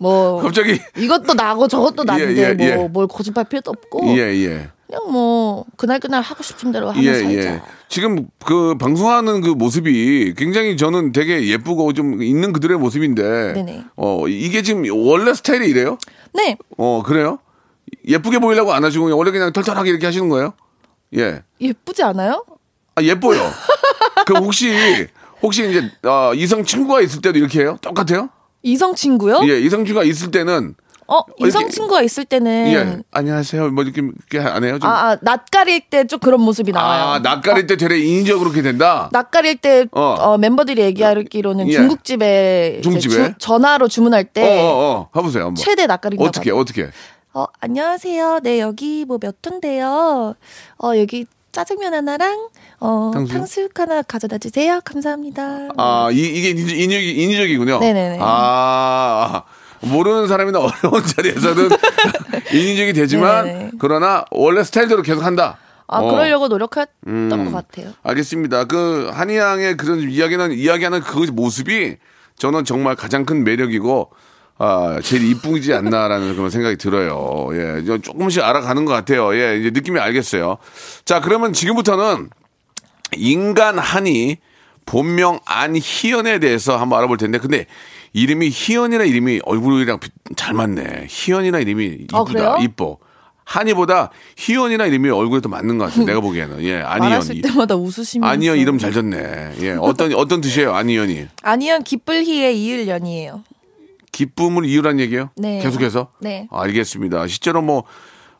뭐 갑자기 이것도 나고 저것도 난데 예, 예, 뭐 예. 뭘 고집할 필요도 없고 예, 예. 그냥 뭐 그날 그날 하고 싶은 대로 하면 예, 살자. 예. 지금 그 방송하는 그 모습이 굉장히 저는 되게 예쁘고 좀 있는 그들의 모습인데. 네네. 어, 이게 지금 원래 스타일이 이래요? 네, 어, 그래요? 예쁘게 보이려고 안 하시고 그냥 원래 그냥 털털하게 이렇게 하시는 거예요? 예. 예쁘지 않아요? 아 예뻐요. 그 혹시 혹시 이제 어, 이성 친구가 있을 때도 이렇게 해요? 똑같아요? 이성 친구요? 예, 이성 친구가 있을 때는 어 이성 이렇게- 친구가 있을 때는 예. 안녕하세요. 뭐 이렇게 이렇게 안 해요. 좀. 네. 아, 아 낯가릴 때 좀 그런 모습이 나와요. 어? 아, 낯가릴 때 되려 인위적으로 그렇게 된다. 낯가릴 때 어. 어. 멤버들이 얘기하기로는 예. 중국집에 이제 중국집에? 주- 전화로 주문할 때 어, 어, 어. 해보세요. 한번. 네. 최대 낯가린다고 어떻게, 하죠. 어떻게. 어, 안녕하세요. 네, 여기 뭐 몇 톤데요. 어, 여기 짜장면 하나랑 어, 탕수육? 탕수육? 하나 가져다 주세요. 감사합니다. 아, 이, 이게 인위적, 인위적, 인위적이군요. 네네네. 아, 모르는 사람이나 (laughs) 어려운 (laughs) 자리에서는 인위적이 되지만, 네네네. 그러나 원래 스타일대로 계속 한다. 아, 어. 음. 그러려고 노력했던 것 같아요. 알겠습니다. 그 한의양의 그런 이야기는 이야기하는 그 모습이 저는 정말 가장 큰 매력이고 아 제일 이쁘지 않나라는 그런 생각이 들어요. 예, 이제 조금씩 알아가는 것 같아요. 예, 이제 느낌이 알겠어요. 자, 그러면 지금부터는 인간 한이 본명 안희연에 대해서 한번 알아볼 텐데, 근데 이름이 희연이라 이름이 얼굴이랑 비- 잘 맞네. 희연이라 이름이 어, 이쁘다, 그래요? 이뻐. 한이보다 희연이나 이름이 얼굴에 더 맞는 것 같아. 내가 보기에는 예, 말했을 안희연이. 때마다 웃으시면서 안희연 이름 잘 졌네. 예, 어떤 어떤 뜻이에요, 안희연이? 아니요, 기쁠희의 이을연이에요. 기쁨을 이유란 얘기예요? 네. 계속해서? 아, 네. 알겠습니다. 실제로 뭐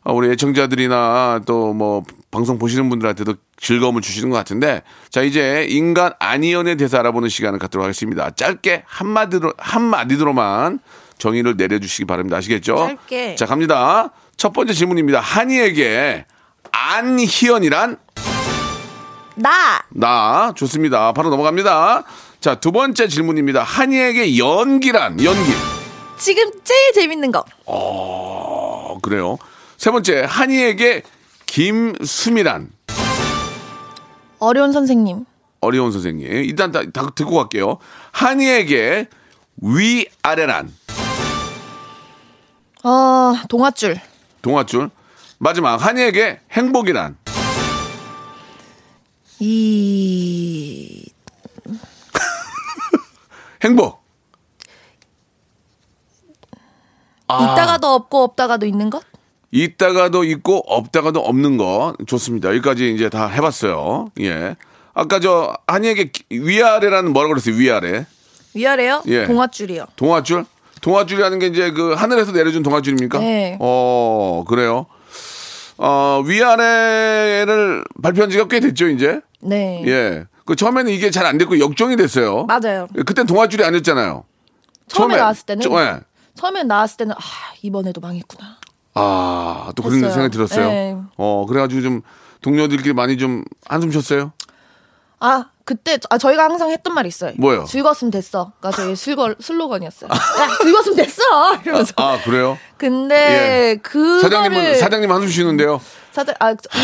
아, 우리 애청자들이나 또 뭐 방송 보시는 분들한테도 즐거움을 주시는 것 같은데 자 이제 인간 안희연에 대해서 알아보는 시간을 갖도록 하겠습니다. 짧게 한마디로 한마디로만 정의를 내려주시기 바랍니다. 아시겠죠? 짧게. 자 갑니다. 첫 번째 질문입니다. 한이에게 안희연이란 나 나 좋습니다. 바로 넘어갑니다. 자 두 번째 질문입니다. 한이에게 연기란 연기. 지금 제일 재밌는 거. 어, 그래요. 세 번째 한이에게 김수미란 어려운 선생님. 어려운 선생님. 일단 다, 다 듣고 갈게요. 한이에게 위아래란 어, 동아줄. 동아줄. 마지막 한이에게 행복이란 이 행복. 아. 있다가도 없고 없다가도 있는 것? 있다가도 있고 없다가도 없는 거 좋습니다. 여기까지 이제 다 해봤어요. 예. 아까 저 한이에게 기- 위아래라는 뭐라고 그랬어요? 위아래. 위아래요? 예. 동아줄이요. 동아줄? 동아줄이라는 게 이제 그 하늘에서 내려준 동아줄입니까? 네. 어, 그래요. 어, 위아래를 발표한 지가 꽤 됐죠, 이제? 네. 예. 그 처음에는 이게 잘 안 됐고 역정이 됐어요. 맞아요. 예, 그땐 동아줄이 아니었잖아요. 처음에, 나왔을 때는 처- 예. 처음에 나왔을 때는 아 이번에도 망했구나. 아, 또 그런 했어요. 생각이 들었어요. 네. 어, 그래가지고 좀 동료들끼리 많이 좀 한숨 (laughs) 쉬었어요? 아 그때 아 저희가 항상 했던 말이 있어요. 뭐요? 즐거웠으면 됐어가 (laughs) 저희 슬거 슬로건이었어요. 야 즐거웠으면 됐어 이러면서. 아, 그래요? 근데 그거를 사장님은, 사장님 한숨 쉬는데요. 사장 아 저- 이-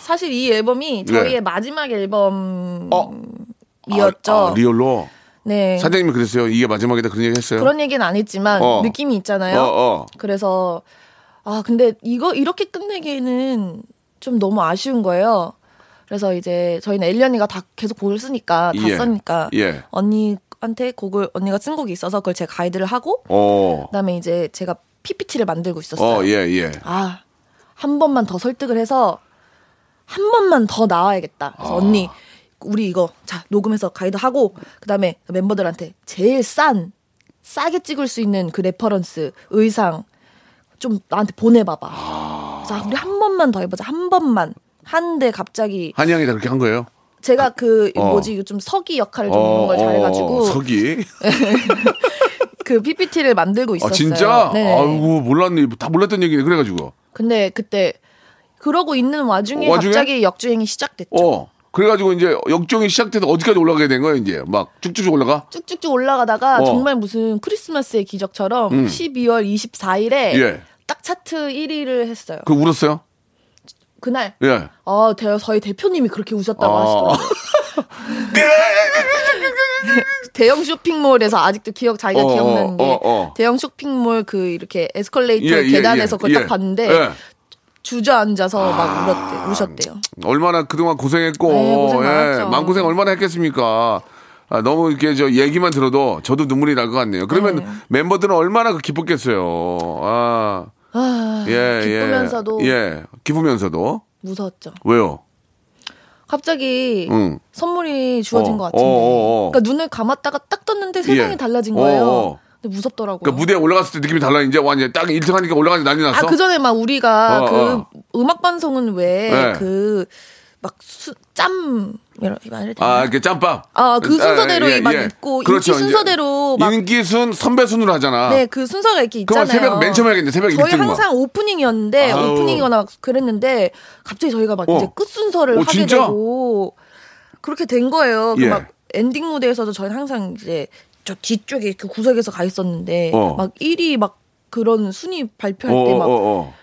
사실 이 앨범이 저희의 네. 마지막 어? 앨범이었죠. 아, 리얼로? 네. 사장님이 그랬어요. 이게 마지막이다 그런 얘기 했어요. 그런 얘기는 안 했지만 어. 느낌이 있잖아요. 어, 어. 그래서 아 근데 이거 이렇게 끝내기에는 좀 너무 아쉬운 거예요. 그래서 이제 저희는 엘리언니가 다 계속 곡을 쓰니까 다 예. 썼니까 예. 언니한테 곡을 언니가 쓴 곡이 있어서 그걸 제가 가이드를 하고 어. 그다음에 이제 제가 PPT를 만들고 있었어요. 어, 예, 예. 아 한 번만 더 설득을 해서 한 번만 더 나와야겠다. 아. 그래서 언니 우리 이거 자 녹음해서 가이드 하고 그다음에 멤버들한테 제일 싼 싸게 찍을 수 있는 그 레퍼런스 의상 좀 나한테 보내봐봐. 아. 그래서 우리 한 번만 더 해보자. 한 번만 한데 갑자기 한양이 다 그렇게 한 거예요? 제가 그 어. 뭐지 좀 서기 역할을 네, 좀 그런 걸 어, 잘해가지고 서기. 그 PPT를 만들고 아 있었어요. 진짜? 네. 아이고 몰랐네. 다 몰랐던 얘기네. 그래가지고. 근데 그때 그러고 있는 와중에, 와중에? 갑자기 역주행이 시작됐죠. 어. 그래가지고 이제 역종이 시작돼서 어디까지 올라가게 된 거예요? 이제 막 쭉쭉쭉 올라가. 쭉쭉쭉 올라가다가 어. 음. 정말 무슨 크리스마스의 기적처럼 12월 24일에 예. 딱 차트 1위를 했어요. 그 울었어요? 그, 날 예. 어, 대- 저희 대표님이 그렇게 우셨다고 아. (laughs) 네. 하시더라고요. (laughs) 대형 쇼핑몰에서 아직도 기억 자기가 어, 기억나는 게 어, 어. 대형 쇼핑몰 그 이렇게 에스컬레이터 예, 예, 예, 계단에서 그걸 예. 딱 봤는데 예. 주저앉아서 막 울었대, 우셨대요. 얼마나 그동안 고생했고, 예. 네, 고생 많았죠. 마음고생 얼마나 했겠습니까? 아, 너무 이렇게 저 얘기만 들어도 저도 눈물이 날 것 같네요. 그러면 멤버들은 얼마나 그 기뻤겠어요. 아, 아, 예, 기쁘면서도 예. 예, 기쁘면서도. 무서웠죠. 왜요? 갑자기 응. 선물이 주어진 어, 것 같은데. 어, 어, 어. 그러니까 눈을 감았다가 딱 떴는데 세상이 예. 달라진 어, 거예요. 어. 근데 무섭더라고요. 그러니까 무대에 올라갔을 때 느낌이 달라. 이제 완전 딱 1등 하니까 올라가서 난리 났어. 아, 그 전에 막 우리가 어, 그 어. 음악 방송은 네. 왜 그 막짬 이런 말을 아, 이렇게 짬밥. 아, 그 아, 순서대로 예, 막 예. 있고 그렇죠, 인기 이제. 순서대로 막 인기 순 선배 순으로 하잖아. 네, 그 순서가 이렇게 그럼 있잖아요. 새벽 맨 처음 해야겠네, 새벽 저희 일등 막. 항상 오프닝이었는데 아우. 오프닝이거나 막 그랬는데 갑자기 저희가 막 어. 이제 끝 순서를 어, 하게 진짜? 되고 그렇게 된 거예요. 그 예. 막 엔딩 무대에서도 저희 는 항상 이제 저 뒤쪽에 그 구석에서 가 있었는데 어. 막 1위 막 그런 순위 어, 발표할 때 어, 막 아. 어,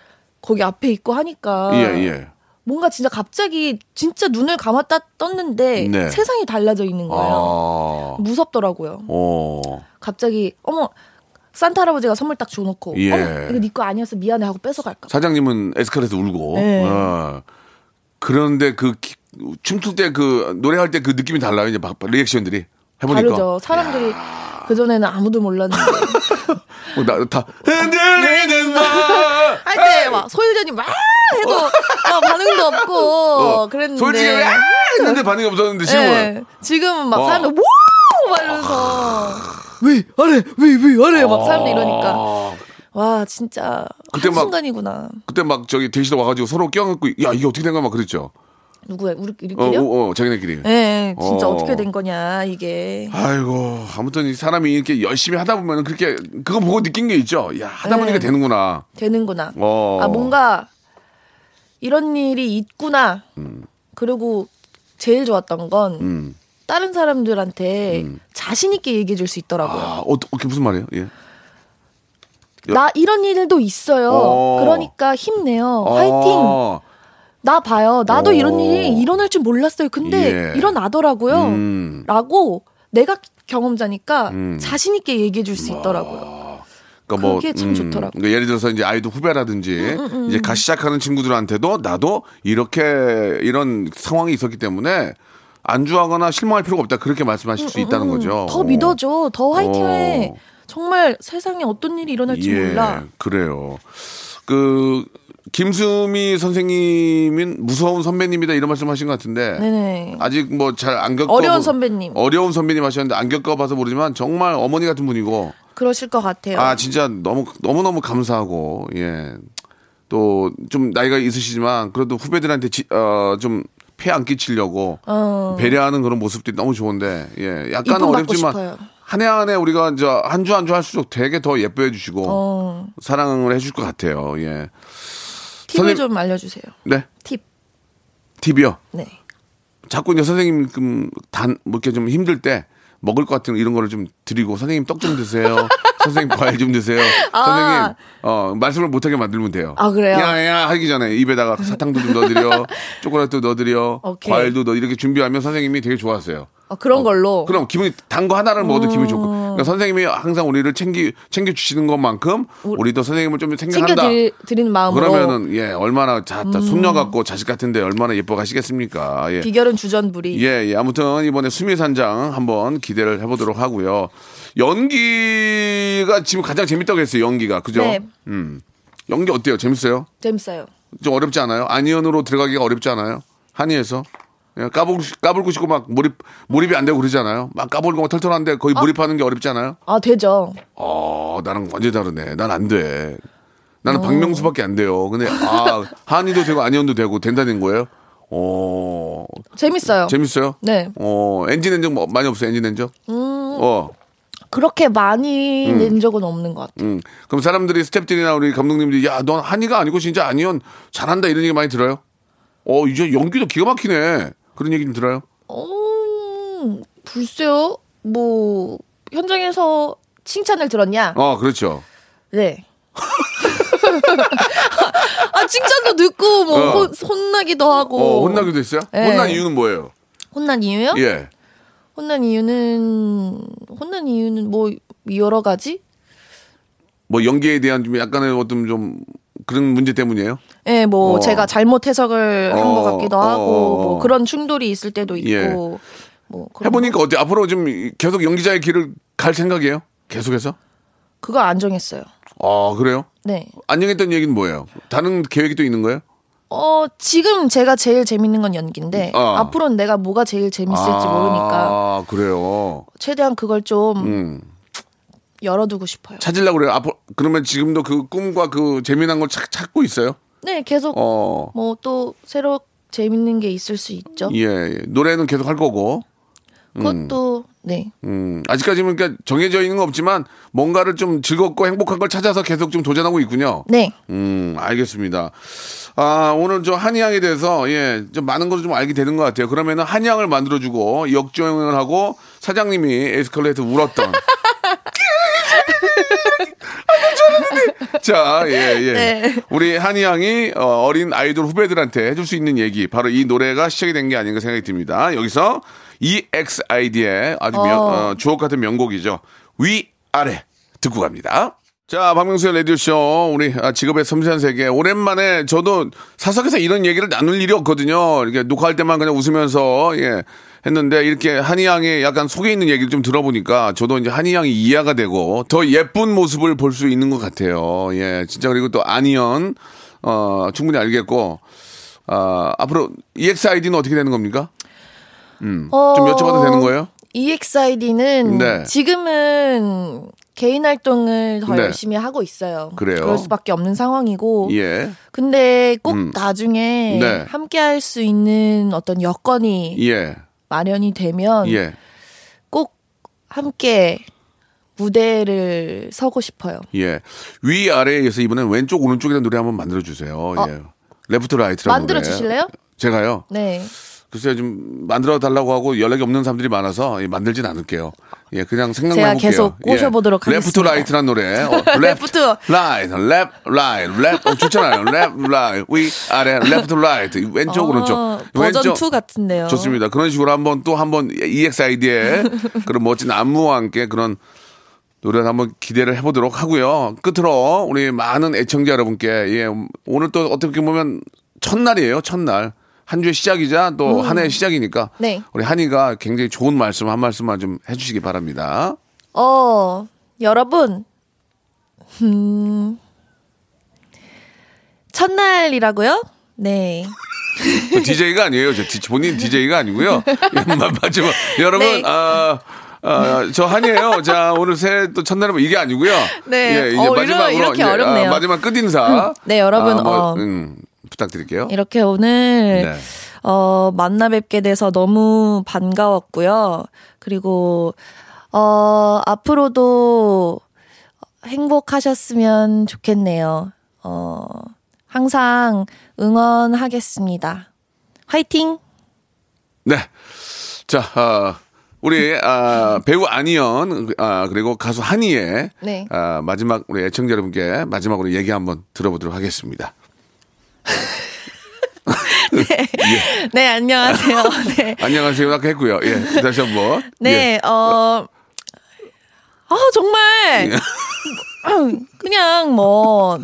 거기 앞에 있고 하니까 어. 예, 예. 뭔가 진짜 갑자기 진짜 눈을 감았다 떴는데 네. 세상이 달라져 있는 거예요. 아. 무섭더라고요. 어. 갑자기 어머 산타 할아버지가 선물 딱 줘놓고 예. 어머 이거 네 거 아니었어 미안해 하고 뺏어갈까 봐. 사장님은 에스컬에서 울고. 네. 어. 그런데 그 기- 춤출 때 그 노래할 때 그 느낌이 달라요. 이제 막 리액션들이 해보니까. 다르죠 사람들이 그 전에는 아무도 몰랐는데 (laughs) 어, 나, 다 흔들리는 마. 할 때 막 소유자님 막 해도 어. 막 반응도 없고 어, 그랬는데 솔직히 아! 했는데 반응이 없었는데 지금은 예. 지금은 막 어. 사람들 와우 막 이러면서 왜 아래 왜왜 아래 막 사람들 이러니까 아, 와 진짜 그때 한 막- 순간이구나 그때 막 저기 대시도 와가지고 서로 껴안고 야 이게 어떻게 된 거야 막 그랬죠. 누구야 어, 우리 우리끼리요? 어, 어 자기네끼리. 예, 예, 진짜 어. 어떻게 된 거냐 이게 아이고 아무튼 이 사람이 이렇게 열심히 하다 보면 은 그렇게 그거 보고 느낀 게 있죠. 야 하다 네. 보니까 되는구나. 되는구나. 어. 아 뭔가 이런 일이 있구나. 그리고 제일 좋았던 건 음. 다른 사람들한테 자신 있게 얘기해 줄 수 있더라고요. 아 어떻게 무슨 말이에요? 예. 여- 나 이런 일도 있어요. 어. 그러니까 힘내요. 화이팅. 아, 나 봐요. 나도 어. 이런 일이 일어날 줄 몰랐어요. 근데 예. 일어나더라고요. 음. 라고 내가 경험자니까 음. 자신 있게 얘기해 줄 수 있더라고요. 그러니까 뭐, 그게 참 좋더라고요. 음, 그러니까 예를 들어서 이제 아이도 후배라든지 이제 갓 시작하는 친구들한테도 나도 이렇게 이런 상황이 있었기 때문에 안주하거나 실망할 필요가 없다 그렇게 말씀하실 수 있다는 거죠. 음, 더 믿어줘. 더 화이팅해. 어. 예. 정말 세상에 어떤 일이 일어날지 몰라. 그래요. 그 김수미 선생님인 무서운 선배님이다 이런 말씀하신 것 같은데 네네. 아직 뭐 잘 안 겪어 어려운 선배님. 어려운 선배님 하셨는데 안 겪어봐서 모르지만 정말 어머니 같은 분이고 그러실 것 같아요. 아 진짜 너무 너무 너무 감사하고 예 또 좀 나이가 있으시지만 그래도 후배들한테 어좀폐안 끼치려고 어. 배려하는 그런 모습들이 너무 좋은데 예 약간 이쁨 받고 어렵지만 싶어요. 한 해 한 해 우리가 이제 한 주 한 주 할수록 되게 더 예뻐해 주시고 어, 사랑을 해줄 것 같아요 예 팁을 선생님- 좀 알려주세요. 네 팁. 팁이요 네. 자꾸 이제 선생님 좀단뭐 이렇게 좀 힘들 때 먹을 것 같은 이런 거를 좀 드리고 선생님 떡 좀 (laughs) 드세요. 선생님 과일 좀 드세요. 선생님 어 말씀을 못하게 만들면 돼요. 아, 그래요? 야야 하기 전에 입에다가 사탕도 좀 (laughs) 넣어드려, 초콜릿도 넣어드려, 오케이. 과일도 넣어 이렇게 준비하면 선생님이 되게 좋아하세요. 어, 그런 걸로. 그럼 기분이 단 거 하나를 먹어도 기분이 좋고 그러니까 선생님이 항상 우리를 챙기 챙겨 주시는 것만큼 우리도 선생님을 좀 생각한다. 챙겨드리는 마음으로. 그러면은 예 얼마나 자, 다 손녀 같고 자식 같은데 얼마나 예뻐 가시겠습니까? 예. 비결은 주전부리. 예, 예. 아무튼 이번에 수미산장 한번 기대를 해보도록 하고요. 연기가 지금 가장 재밌다고 했어요. 연기가 그죠? 네. 음. 연기 어때요? 재밌어요? 재밌어요. 좀 어렵지 않아요? 안희연으로 들어가기가 어렵지 않아요? 한의에서 예, 까불고 싶- 까불고 싶고 막 몰입 몰입이 안 되고 그러잖아요. 막 까불고 막 털털한데 거의 몰입하는 게 어렵지 않아요? 아, 되죠. 어, 나랑 완전 히 다르네. 난 안 돼. 어. 나는 박명수밖에 안 돼요. 근데 아 한의도 되고 안희연도 되고 된다는 거예요? 어, 재밌어요. 재밌어요? 네. 음. 어, 엔진 엔정 뭐 많이 없어요, 엔진 엔정? 어. 그렇게 많이 낸 적은 없는 것 같아요. 음. 그럼 사람들이 스탭들이나 우리 감독님들이 야, 넌 한이가 아니고 진짜 아니언 잘한다 이런 얘기 많이 들어요? 어, 이제 연기도 기가 막히네. 그런 얘기 좀 들어요? 음, 글쎄요. 뭐, 현장에서 칭찬을 들었냐? 어, 그렇죠. (laughs) 네. 아, 칭찬도 듣고, 뭐, 어. 혼, 혼나기도 하고. 어, 혼나기도 했어요? 네. 혼난 이유는 뭐예요? 혼난 이유요? 예. 혼난 이유는 혼난 이유는 뭐 여러 가지? 뭐 연기에 대한 좀 약간의 어떤 좀 그런 문제 때문이에요? 예, 뭐 어. 제가 잘못 해석을 한 것 어, 같기도 어, 하고 어, 어. 뭐 그런 충돌이 있을 때도 있고 예. 뭐 그런 해보니까 어때? 앞으로 좀 계속 연기자의 길을 갈 생각이에요? 계속해서? 그거 안 정했어요. 아, 그래요? 네. 안녕했던 얘기는 뭐예요? 다른 계획이 또 있는 거예요? 어 지금 제가 제일 재밌는 건 연기인데 어. 앞으로는 내가 뭐가 제일 재밌을지 모르니까 아, 그래요. 최대한 그걸 좀 음. 열어두고 싶어요. 찾으려고 그래요. 앞으로 그러면 지금도 그 꿈과 그 재미난 걸 찾, 찾고 있어요? 네, 계속 어. 뭐 또 새로 재밌는 게 있을 수 있죠. 예, 예. 노래는 계속 할 거고. 그것도 네. 음, 아직까지는 그러니까 정해져 있는 건 없지만 뭔가를 좀 즐겁고 행복한 걸 찾아서 계속 좀 도전하고 있군요. 네. 음, 알겠습니다. 아, 오늘 저 한의학에 대해서 예, 좀 많은 것을 좀 알게 되는 것 같아요. 그러면은 한의학을 만들어 주고 역주행을 하고 사장님이 에스컬레이터 울었던 (laughs) 자, 예, 예. 네. 우리 한이양이 어, 어린 아이돌 후배들한테 해줄 수 있는 얘기, 바로 이 노래가 시작이 된 게 아닌가 생각이 듭니다. 여기서 E EXID의 아주 명, 어. 어, 주옥 같은 명곡이죠. 위, 아래 듣고 갑니다. 자, 박명수의 라디오쇼, 우리 아, 직업의 섬세한 세계. 오랜만에 저도 사석에서 이런 얘기를 나눌 일이 없거든요. 이렇게 녹화할 때만 그냥 웃으면서, 예, 했는데 이렇게 한이양의 약간 속에 있는 얘기를 좀 들어보니까 저도 이제 한이양이 이해가 되고 더 예쁜 모습을 볼 수 있는 것 같아요. 예, 진짜 그리고 또 안희연, 어, 충분히 알겠고, 아, 앞으로 EXID는 어떻게 되는 겁니까? 좀 어. 여쭤봐도 되는 거예요? E EXID는 네. 지금은 개인 활동을 더 네. 열심히 하고 있어요. 그래요? 럴 수밖에 없는 상황이고. 예, 근데 꼭 음. 나중에 네. 함께 할 수 있는 어떤 여건이 예, 마련이 되면 예. 꼭 함께 무대를 서고 싶어요. 예. 위 아래에서 이번엔 왼쪽 오른쪽이라는 노래 한번 만들어 주세요. 예. 레프트 라이트라는 만들어 주실래요? 제가요. 네. 글쎄요, 좀 만들어 달라고 하고 연락이 없는 사람들이 많아서 예, 만들진 않을게요. 예, 그냥 생각만 제가 해볼게요. 계속 예. 꼬셔보도록 레프트 하겠습니다. 라이트란 노래. (laughs) 어, 레프트. 라이트, 랩, 라이트, 랩. 어, 좋잖아요. 랩, 라이트, 위, 아래, 레프트, 라이트. 왼쪽, 아, 오른쪽. 버전 그렇죠. 왼쪽. 2 같은데요. 좋습니다. 그런 식으로 한번 또 한번 (laughs) EXID의 그런 멋진 안무와 함께 그런 노래 한번 기대를 해보도록 하고요. 끝으로 우리 많은 애청자 여러분께 예, 오늘 또 어떻게 보면 첫날이에요. 첫날 한 주의 시작이자 또 한 해의 시작이니까 음. 네. 우리 한이가 굉장히 좋은 말씀 한 말씀만 좀 해주시기 바랍니다. 어, 여러분. 음, 첫날이라고요? 네. DJ가 뭐 아니에요. 저 디- 본인 DJ가 아니고요. 예, 마- 마지막 여러분 네. 아. 아, 저 한이에요. 자, 오늘 새해 또 첫날은 뭐 이게 아니고요. 예, 네. 어, 이러- 이렇게 아, 어렵네요. 마지막 끝인사. 네, 여러분, 아, 뭐, 어. 음, 부탁드릴게요. 이렇게 오늘 네. 어, 만나 뵙게 돼서 너무 반가웠고요. 그리고 어, 앞으로도 행복하셨으면 좋겠네요. 어, 항상 응원하겠습니다. 화이팅! 네. 자, 아, 우리 아, 배우 안희연 아, 그리고 가수 한이의 네. 아, 마지막 우리 애청자 여러분께 마지막으로 얘기 한번 들어보도록 하겠습니다. 네, 안녕하세요. (laughs) 네. 안녕하세요. 아까 했고요. 예, 다시 한번. 예. 네, 어. 아, (laughs) 정말. 그냥 뭐,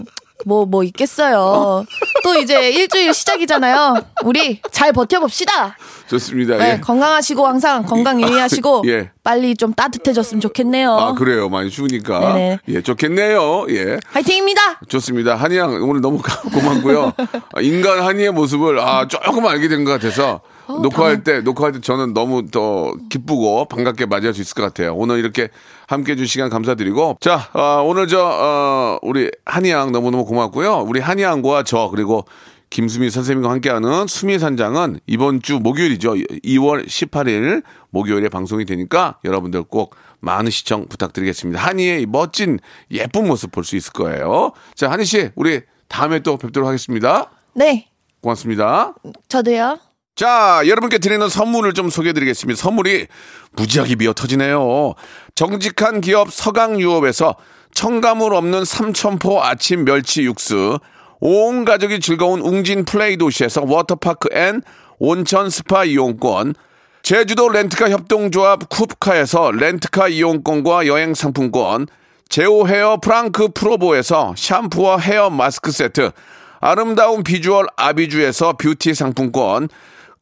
뭐, 뭐 있겠어요. 또 이제 일주일 시작이잖아요. 우리 잘 버텨봅시다. 예, 좋습니다. 네, 예. 건강하시고 항상 건강 유의하시고 예. 빨리 좀 따뜻해졌으면 좋겠네요. 아 그래요 많이 추우니까 어? 네네. 예 좋겠네요 예 화이팅입니다. 좋습니다 한이양 오늘 너무 (laughs) 고맙고요 아, 인간 한이의 모습을 아 조금 알게 된 것 같아서 어, 녹화할 때 녹화할 때 저는 너무 더 기쁘고 반갑게 맞이할 수 있을 것 같아요 오늘 이렇게 함께해 준 시간 감사드리고 자 아, 오늘 저 어, 우리 한이양 너무 너무 고맙고요 우리 한이양과 저 그리고 김수미 선생님과 함께하는 수미산장은 이번 주 목요일이죠. 2월 18일 목요일에 방송이 되니까 여러분들 꼭 많은 시청 부탁드리겠습니다. 한이의 이 멋진 예쁜 모습 볼 수 있을 거예요. 자, 한이 씨, 우리 다음에 또 뵙도록 하겠습니다. 네, 고맙습니다. 저도요. 자, 여러분께 드리는 선물을 좀 소개해드리겠습니다. 선물이 무지하게 미어 터지네요. 정직한 기업 서강유업에서 청가물 없는 삼천포 아침 멸치 육수, 온 가족이 즐거운 웅진 플레이 도시에서 워터파크 앤 온천 스파 이용권, 제주도 렌트카 협동조합 쿱카에서 렌트카 이용권과 여행 상품권, 제오 헤어 프랑크 프로보에서 샴푸와 헤어 마스크 세트, 아름다운 비주얼 아비주에서 뷰티 상품권,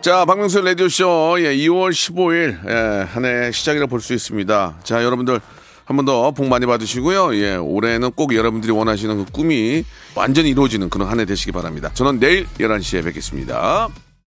자, 박명수 라디오쇼, 예, 2월 15일, 예, 한해 시작이라 볼 수 있습니다. 자, 여러분들, 한 번 더 복 많이 받으시고요. 예, 올해는 꼭 여러분들이 원하시는 그 꿈이 완전히 이루어지는 그런 한 해 되시기 바랍니다. 저는 내일 11시에 뵙겠습니다.